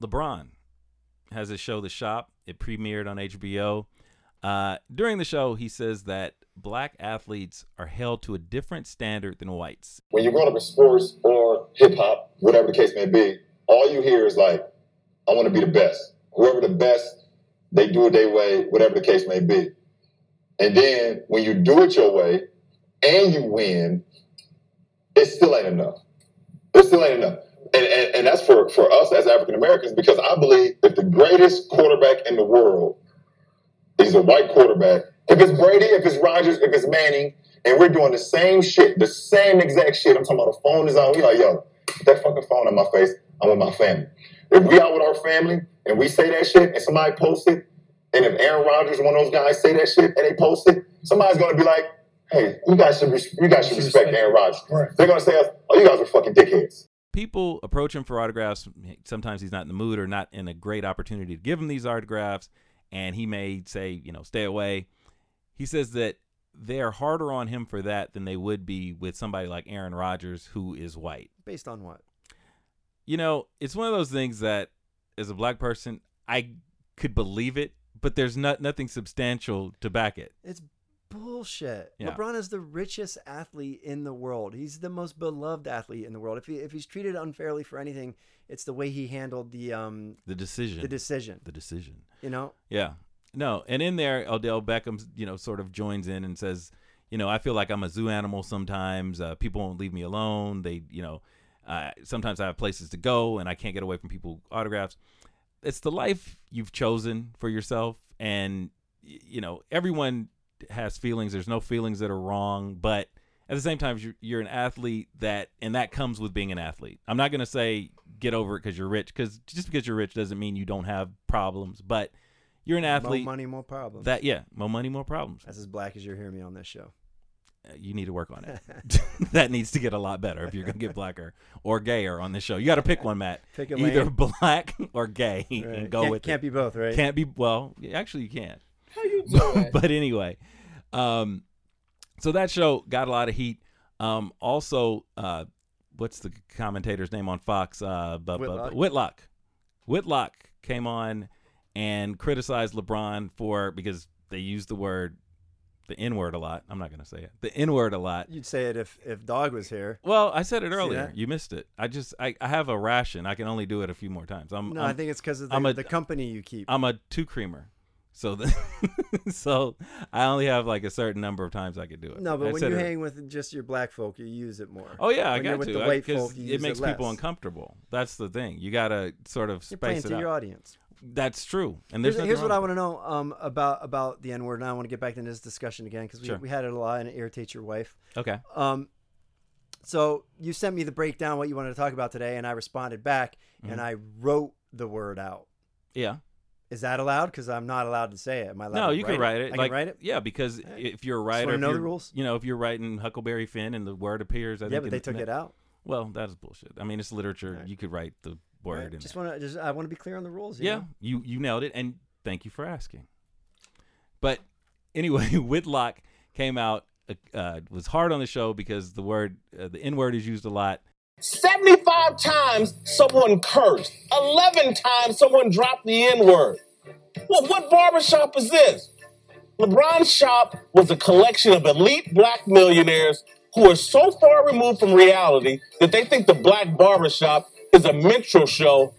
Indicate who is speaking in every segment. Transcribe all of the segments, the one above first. Speaker 1: LeBron has his show, The Shop. It premiered on HBO. Uh, during the show, he says that black athletes are held to a different standard than whites.
Speaker 2: When you're growing up in sports or hip hop, whatever the case may be, all you hear is like, I want to be the best. Whoever the best, they do it their way, whatever the case may be. And then when you do it your way and you win, it still ain't enough. It still ain't enough. And, and, and that's for, for us as African Americans because I believe if the greatest quarterback in the world is a white quarterback, if it's Brady, if it's Rogers, if it's Manning, and we're doing the same shit, the same exact shit, I'm talking about the phone is on, we like, yo, put that fucking phone in my face, I'm with my family. If we out with our family and we say that shit and somebody posts it, and if Aaron Rodgers, one of those guys, say that shit and they post it, somebody's gonna be like, "Hey, you guys should res- you guys should respect Aaron Rodgers." They're gonna say, "Oh, you guys are fucking dickheads."
Speaker 1: People approach him for autographs. Sometimes he's not in the mood or not in a great opportunity to give him these autographs, and he may say, you know, stay away. He says that they are harder on him for that than they would be with somebody like Aaron Rodgers, who is white.
Speaker 3: Based on what?
Speaker 1: You know, it's one of those things that, as a black person, I could believe it but there's not nothing substantial to back it.
Speaker 3: It's bullshit.
Speaker 1: Yeah.
Speaker 3: LeBron is the richest athlete in the world. He's the most beloved athlete in the world. If he, if he's treated unfairly for anything, it's the way he handled the um
Speaker 1: The decision.
Speaker 3: the decision.
Speaker 1: The decision.
Speaker 3: You know,
Speaker 1: Yeah. No, and in there, Odell Beckham, you know, sort of joins in and says, you know, I feel like I'm a zoo animal sometimes. Uh, people won't leave me alone. They, you know, uh, sometimes I have places to go and I can't get away from people autographs. It's the life you've chosen for yourself, and y- you know, everyone has feelings. There's no feelings that are wrong, but at the same time, you're, you're an athlete that, and that comes with being an athlete. I'm not gonna say get over it because you're rich, because just because you're rich doesn't mean you don't have problems. But you're an athlete.
Speaker 3: more money, more problems.
Speaker 1: That yeah, more money, more problems.
Speaker 3: That's as black as you hear me on this show.
Speaker 1: Uh, You need to work on it. that needs to get a lot better if you're gonna get blacker or gayer on this show. You got to pick one, Matt.
Speaker 3: Pick a
Speaker 1: either
Speaker 3: lane.
Speaker 1: black or gay, and
Speaker 3: Right.
Speaker 1: go
Speaker 3: can't,
Speaker 1: with
Speaker 3: can't
Speaker 1: it.
Speaker 3: be both, right?
Speaker 1: Can't be well. Actually, you can.
Speaker 4: How you doing?
Speaker 1: but anyway, um, so that show got a lot of heat. Um, also, uh, what's the commentator's name on Fox? Uh, bu- bu- bu-
Speaker 3: Whitlock.
Speaker 1: Whitlock. Whitlock came on and criticized LeBron for because they used the word, the N word a lot. I'm not gonna say it. The N word a lot.
Speaker 3: You'd say it if if dog was here.
Speaker 1: Well, I said it earlier.
Speaker 3: that?
Speaker 1: You missed it. I just I, I have a ration. I can only do it a few more times. I'm,
Speaker 3: No,
Speaker 1: I'm
Speaker 3: i think it's because of the,
Speaker 1: I'm a-
Speaker 3: the company you keep.
Speaker 1: I'm a two creamer. So the, so I only have like a certain number of times I could do it.
Speaker 3: no,
Speaker 1: I
Speaker 3: but when
Speaker 1: said
Speaker 3: you
Speaker 1: it-
Speaker 3: hang with just your black folk, you use it more.
Speaker 1: Oh yeah, I
Speaker 3: When you're
Speaker 1: got
Speaker 3: with
Speaker 1: to
Speaker 3: the
Speaker 1: I-
Speaker 3: white
Speaker 1: 'cause
Speaker 3: folk, you
Speaker 1: it
Speaker 3: use
Speaker 1: makes
Speaker 3: it
Speaker 1: people
Speaker 3: less.
Speaker 1: uncomfortable. That's the thing. You gotta sort of
Speaker 3: You're playing
Speaker 1: space it
Speaker 3: to your
Speaker 1: out.
Speaker 3: audience.
Speaker 1: That's true. And there's
Speaker 3: Here's, here's
Speaker 1: nothing
Speaker 3: what I
Speaker 1: wrong
Speaker 3: want
Speaker 1: with
Speaker 3: to know um, about about the N word, and I want to get back into this discussion again because we,
Speaker 1: Sure.
Speaker 3: we had it a lot and it irritates your wife.
Speaker 1: it. Okay.
Speaker 3: Um, so you sent me the breakdown what you wanted to talk about today, and I responded back
Speaker 1: Mm-hmm.
Speaker 3: and I wrote the word out.
Speaker 1: Yeah.
Speaker 3: Is that allowed? Because I'm not allowed to say it. Am I allowed
Speaker 1: No,
Speaker 3: to
Speaker 1: you can write it.
Speaker 3: I
Speaker 1: like,
Speaker 3: can write it.
Speaker 1: Yeah, because if you're a
Speaker 3: wanna
Speaker 1: writer, if
Speaker 3: know the
Speaker 1: you're-
Speaker 3: rules.
Speaker 1: you know, if you're writing Huckleberry Finn and the word appears, I
Speaker 3: yeah,
Speaker 1: think
Speaker 3: but
Speaker 1: in
Speaker 3: they
Speaker 1: the-
Speaker 3: took it out.
Speaker 1: Well, that is bullshit. I mean, it's literature. You could write the word. in
Speaker 3: Just
Speaker 1: there.
Speaker 3: want to just I want to be clear on the rules. you
Speaker 1: yeah,
Speaker 3: know?
Speaker 1: you you nailed it, and thank you for asking. But anyway, Whitlock came out uh, uh, was hard on the show because the word uh, the N word is used a lot.
Speaker 4: 75 times someone cursed. 11 times someone dropped the N word. Well, what barbershop is this? LeBron's shop was a collection of elite black millionaires who are so far removed from reality that they think the black barbershop is a minstrel show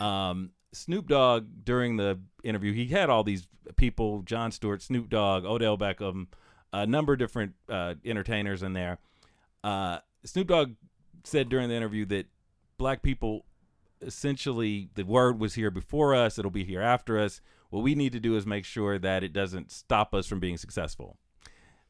Speaker 1: Um, Snoop Dogg during the interview, he had all these people: John Stewart, Snoop Dogg, Odell Beckham, a number of different uh, entertainers in there. Uh, Snoop Dogg said during the interview that black people essentially the word was here before us; it'll be here after us. What we need to do is make sure that it doesn't stop us from being successful.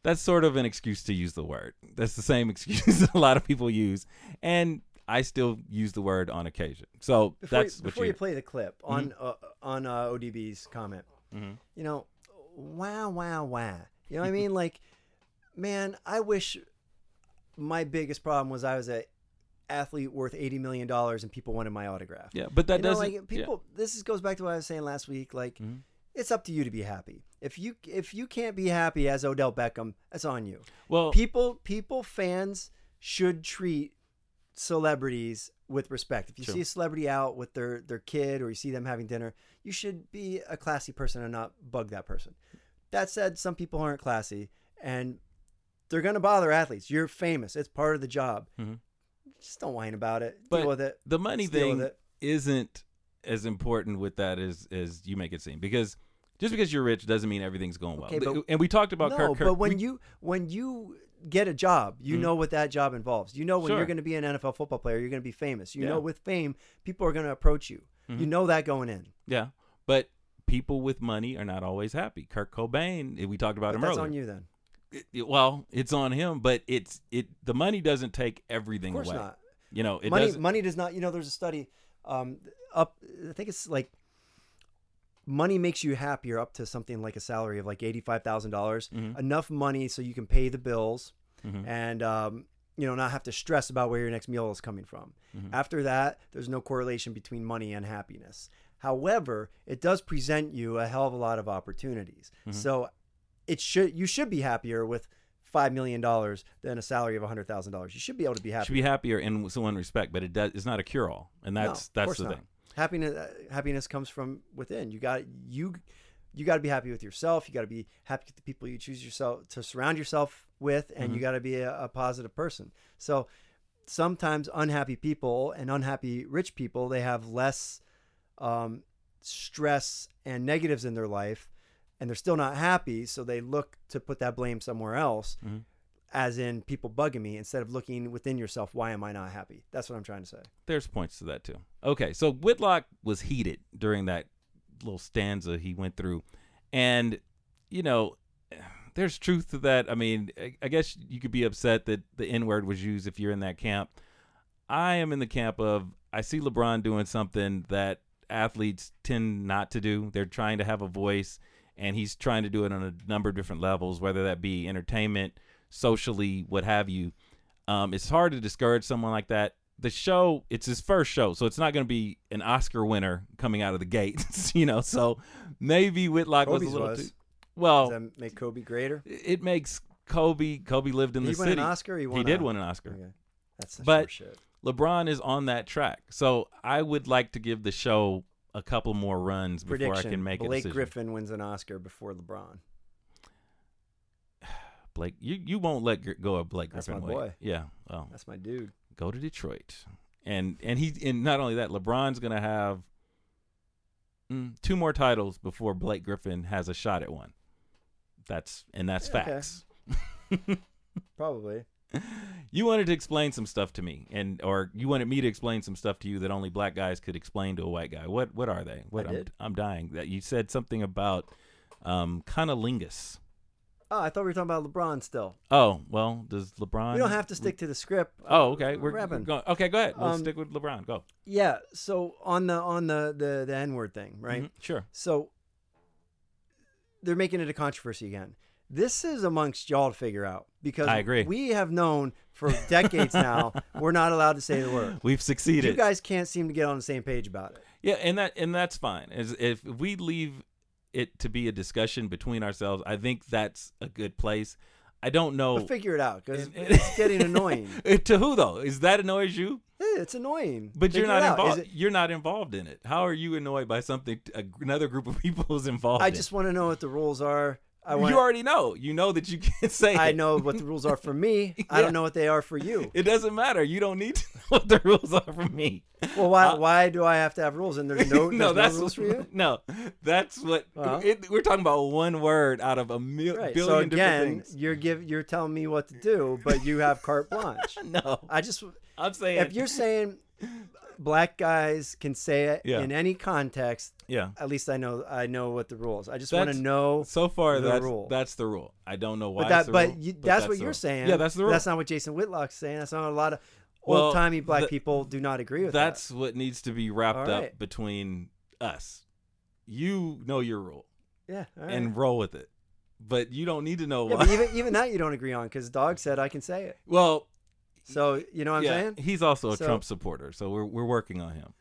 Speaker 1: That's sort of an excuse to use the word. That's the same excuse a lot of people use, and I still use the word on occasion. So
Speaker 3: Before,
Speaker 1: that's
Speaker 3: you,
Speaker 1: what
Speaker 3: before
Speaker 1: you Mm-hmm.
Speaker 3: you play the clip on uh, on uh, ODB's comment, you know, wow, wow, wow. You know what I mean? like, man, I wish my biggest problem was I was a athlete worth eighty million dollars and people wanted my autograph.
Speaker 1: Yeah, Mm-hmm. but that
Speaker 3: you know,
Speaker 1: doesn't.
Speaker 3: like people. This is, goes back to what I was saying last week. Like, it's up to you to be happy. If you if you can't be happy as Odell Beckham, that's on you.
Speaker 1: yeah. Well,
Speaker 3: people people fans should treat celebrities with respect. If you
Speaker 1: Sure.
Speaker 3: see a celebrity out with their their kid or you see them having dinner, you should be a classy person and not bug that person. That said, some people aren't classy and they're going to bother athletes. You're famous. It's part of the job.
Speaker 1: Mhm.
Speaker 3: Just don't whine about it.
Speaker 1: But
Speaker 3: Deal with it.
Speaker 1: the money
Speaker 3: Let's deal with
Speaker 1: thing
Speaker 3: it.
Speaker 1: isn't as important with that as as you make it seem because just because you're rich doesn't mean everything's going well.
Speaker 3: Okay, but-
Speaker 1: and we talked about
Speaker 3: no,
Speaker 1: Kirk. Kirk-
Speaker 3: but when
Speaker 1: we- Mm.
Speaker 3: you when you get a job, you know what that job involves. You know when
Speaker 1: Sure.
Speaker 3: you're going to be an NFL football player, you're going to be famous. You
Speaker 1: Yeah. Mm-hmm.
Speaker 3: know with fame, people are going to approach you. You know that going in.
Speaker 1: yeah, but people with money are not always happy. Kurt Cobain, we talked about
Speaker 3: But
Speaker 1: him
Speaker 3: that's
Speaker 1: earlier.
Speaker 3: on you then.
Speaker 1: It- it- well, it's on him, but it's it the money doesn't take everything
Speaker 3: Of course
Speaker 1: away.
Speaker 3: not.
Speaker 1: You know, it
Speaker 3: money
Speaker 1: doesn't.
Speaker 3: money does not you know there's a study um up i think it's like money makes you happier up to something like a salary of like $85000 dollars
Speaker 1: Mm-hmm.
Speaker 3: enough money so you can pay the bills and um you know not have to stress about where your next meal is coming from after that there's no correlation between money and happiness however it does present you a hell of a lot of opportunities so it should you should be happier with $5 million than a salary of $100000 you should be able to be happy
Speaker 1: should be happier in so in respect, but it does. It's not a cure all, and
Speaker 3: no,
Speaker 1: that's
Speaker 3: of
Speaker 1: that's
Speaker 3: course
Speaker 1: the
Speaker 3: not.
Speaker 1: thing.
Speaker 3: Happiness uh, happiness comes from within. You got you you got to be happy with yourself. You got to be happy with the people you choose yourself to surround yourself with, and
Speaker 1: Mm-hmm.
Speaker 3: you got to be a, a positive person. So sometimes unhappy people and unhappy rich people they have less um, stress and negatives in their life, and they're still not happy. So they look to put that blame somewhere else.
Speaker 1: Mm-hmm.
Speaker 3: As in people bugging me instead of looking within yourself, why am I not happy? That's what I'm trying to say.
Speaker 1: There's points to that too. Okay, so Whitlock was heated during that little stanza he went through, and you know, there's truth to that. I mean, I- I guess you could be upset that the N word was used if you're in that camp. I am in the camp of I see LeBron doing something that athletes tend not to do. They're trying to have a voice, and he's trying to do it on a number of different levels, whether that be entertainment, socially, what have you. Um, it's hard to discourage someone like that. The show, it's his first show, so it's not going to be an Oscar winner coming out of the gates, you know. So maybe Whitlock was
Speaker 3: Kobe's
Speaker 1: a little
Speaker 3: was.
Speaker 1: too. Well,
Speaker 3: Does that make Kobe greater?
Speaker 1: it makes Kobe. Kobe lived in
Speaker 3: Did
Speaker 1: the
Speaker 3: he win
Speaker 1: city.
Speaker 3: an Oscar? He
Speaker 1: He,
Speaker 3: won
Speaker 1: did
Speaker 3: a-
Speaker 1: win an Oscar.
Speaker 3: Okay. That's such
Speaker 1: But-
Speaker 3: horseshit.
Speaker 1: LeBron is on that track, so I would like to give the show a couple more runs before
Speaker 3: Prediction:
Speaker 1: I can make a
Speaker 3: Blake
Speaker 1: decision.
Speaker 3: Griffin wins an Oscar before LeBron.
Speaker 1: Blake, you you won't let gr- go of Blake
Speaker 3: That's
Speaker 1: Griffin.
Speaker 3: my
Speaker 1: will you?
Speaker 3: boy.
Speaker 1: Yeah. Well,
Speaker 3: That's my dude.
Speaker 1: go to Detroit, and and he and not only that, LeBron's gonna have mm, two more titles before Blake Griffin has a shot at one. That's and that's
Speaker 3: Okay.
Speaker 1: facts.
Speaker 3: Probably.
Speaker 1: you wanted to explain some stuff to me and or you wanted me to explain some stuff to you that only black guys could explain to a white guy what what are they what
Speaker 3: I
Speaker 1: am
Speaker 3: did.
Speaker 1: I'm dying that you said something about um conolingus
Speaker 3: Oh, I thought we were talking about LeBron still.
Speaker 1: oh well does lebron
Speaker 3: We don't have to stick to the script. Uh,
Speaker 1: oh okay we're, we're
Speaker 3: rapping.
Speaker 1: going okay go ahead we'll
Speaker 3: Um,
Speaker 1: stick with lebron go
Speaker 3: Yeah. So on the on the the, the N word thing, right?
Speaker 1: Mhm, sure
Speaker 3: So they're making it a controversy again. This is amongst y'all to figure out because
Speaker 1: I agree.
Speaker 3: we have known for decades now we're not allowed to say the word.
Speaker 1: we've
Speaker 3: You
Speaker 1: succeeded
Speaker 3: guys can't seem to get on the same page about it.
Speaker 1: yeah and that and that's fine as if we leave it to be a discussion between ourselves i think that's a good place i don't know
Speaker 3: But figure it out because
Speaker 1: Oh. And- and-
Speaker 3: it's getting annoying.
Speaker 1: to who though is that annoys you
Speaker 3: Yeah, it's annoying.
Speaker 1: But
Speaker 3: Figure
Speaker 1: you're not
Speaker 3: it out. Is
Speaker 1: involved.
Speaker 3: it-
Speaker 1: You're not involved in it. How are you annoyed by something t- a- another group of people is involved?
Speaker 3: I
Speaker 1: in?
Speaker 3: just want to know what the rules are. I want.
Speaker 1: you already know. You know that you can't say.
Speaker 3: I
Speaker 1: it.
Speaker 3: know what the rules are for me. I
Speaker 1: Yeah.
Speaker 3: don't know what they are for you.
Speaker 1: It doesn't matter. You don't need to know what the rules are for me.
Speaker 3: Well, why why do I have to have rules? And there's no, there's no rules for you.
Speaker 1: no. That's what
Speaker 3: Well.
Speaker 1: it, we're talking about. One word out of a mil-
Speaker 3: Right.
Speaker 1: billion
Speaker 3: So
Speaker 1: different
Speaker 3: again,
Speaker 1: things.
Speaker 3: you're give you're telling me what to do, but you have carte blanche.
Speaker 1: No,
Speaker 3: I just
Speaker 1: I'm saying
Speaker 3: if you're saying black guys can say it
Speaker 1: Yeah.
Speaker 3: in any context,
Speaker 1: yeah.
Speaker 3: at least I know I know what the rules. I just want to
Speaker 1: That's-
Speaker 3: know.
Speaker 1: So far,
Speaker 3: the
Speaker 1: that's
Speaker 3: rule.
Speaker 1: that's the rule. I don't know why.
Speaker 3: But
Speaker 1: it's
Speaker 3: that,
Speaker 1: the
Speaker 3: but,
Speaker 1: rule,
Speaker 3: you, that's,
Speaker 1: the
Speaker 3: what you're
Speaker 1: rule.
Speaker 3: saying.
Speaker 1: Yeah, that's the
Speaker 3: But
Speaker 1: rule.
Speaker 3: That's not what Jason Whitlock's saying. That's not a lot of
Speaker 1: Well,
Speaker 3: old timey black
Speaker 1: the-
Speaker 3: people do not agree with that.
Speaker 1: That's what needs to be wrapped
Speaker 3: All
Speaker 1: up
Speaker 3: right.
Speaker 1: between us. You know your rule
Speaker 3: Yeah, all right.
Speaker 1: and roll with it, but you don't need to know
Speaker 3: yeah,
Speaker 1: why.
Speaker 3: but even even that you don't agree on because Dog said I can say it.
Speaker 1: well,
Speaker 3: So you know what I'm
Speaker 1: yeah,
Speaker 3: saying?
Speaker 1: he's also a
Speaker 3: So-
Speaker 1: Trump supporter, so we're we're working on him.